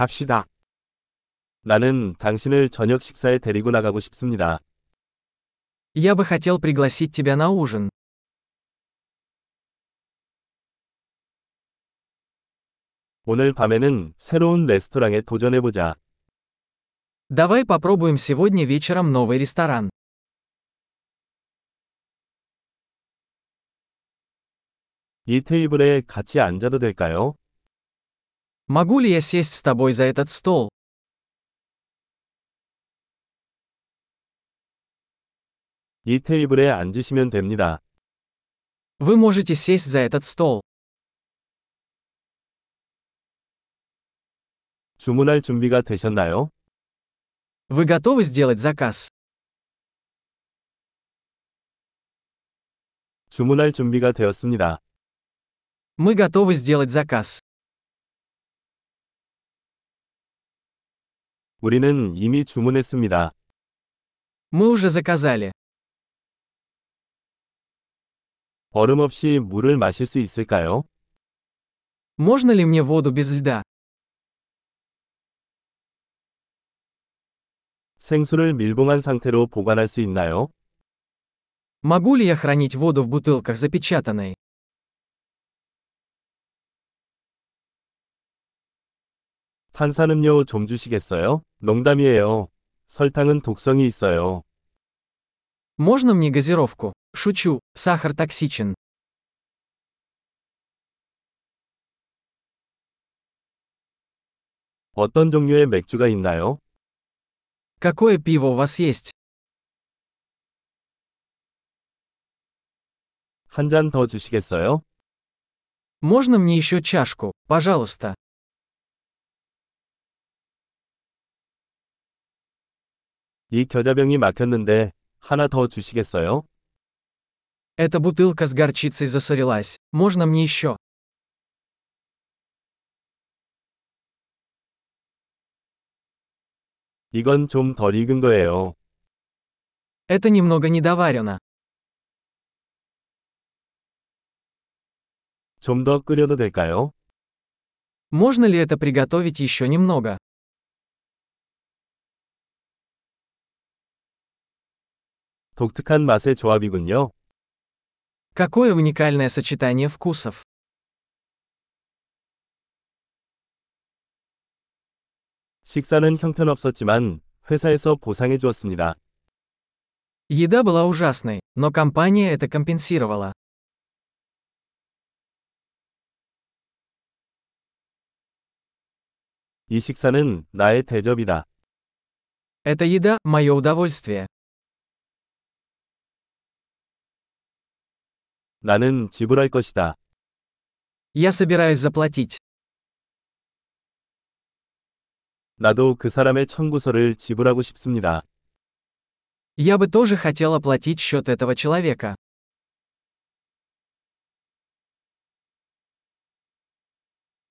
갑시다. 나는 당신을 저녁 식사에 데리고 나가고 싶습니다. Я бы хотел пригласить тебя на ужин. 오늘 밤에는 새로운 레스토랑에 도전해보자. Давай попробуем сегодня вечером новый ресторан. 이 테이블에 같이 앉아도 될까요? Могу ли я сесть с тобой за этот стол? 이 테이블에 앉으시면 됩니다. Вы можете сесть за этот стол. 주문할 준비가 되셨나요? Вы готовы сделать заказ? 주문할 준비가 되었습니다. Мы готовы сделать заказ. 우리는 이미 주문했습니다. Мы уже заказали. 얼음 없이 물을 마실 수 있을까요? Можно ли мне воду без льда? 생수를 밀봉한 상태로 보관할 수 있나요? Могу ли я хранить воду в бутылках запечатанной? 탄산음료 좀 주시겠어요? 농담이에요. 설탕은 독성이 있어요. Можно мне газировку? Шучу, сахар токсичен. 어떤 종류의 맥주가 있나요? Какое пиво у вас есть? 한 잔 더 주시겠어요? Можно мне еще чашку, пожалуйста? 이 겨자병이 막혔는데 하나 더 주시겠어요? Эта бутылка с горчицей засорилась. Можно мне еще? 이건 좀 덜 익은 거예요. Это немного недоварено. 좀 더 끓여도 될까요? Можно ли это приготовить еще немного? 독특한 맛의 조합이군요. Какое уникальное сочетание вкусов. 식사는 형편없었지만 회사에서 보상해 주었습니다. Еда была ужасной, но компания это компенсировала. 이 식사는 나의 대접이다. Эта еда – мое удовольствие. 나는 지불할 것이다. Я собираюсь заплатить. 나도 그 사람의 청구서를 지불하고 싶습니다. Я бы тоже хотел оплатить счет этого человека.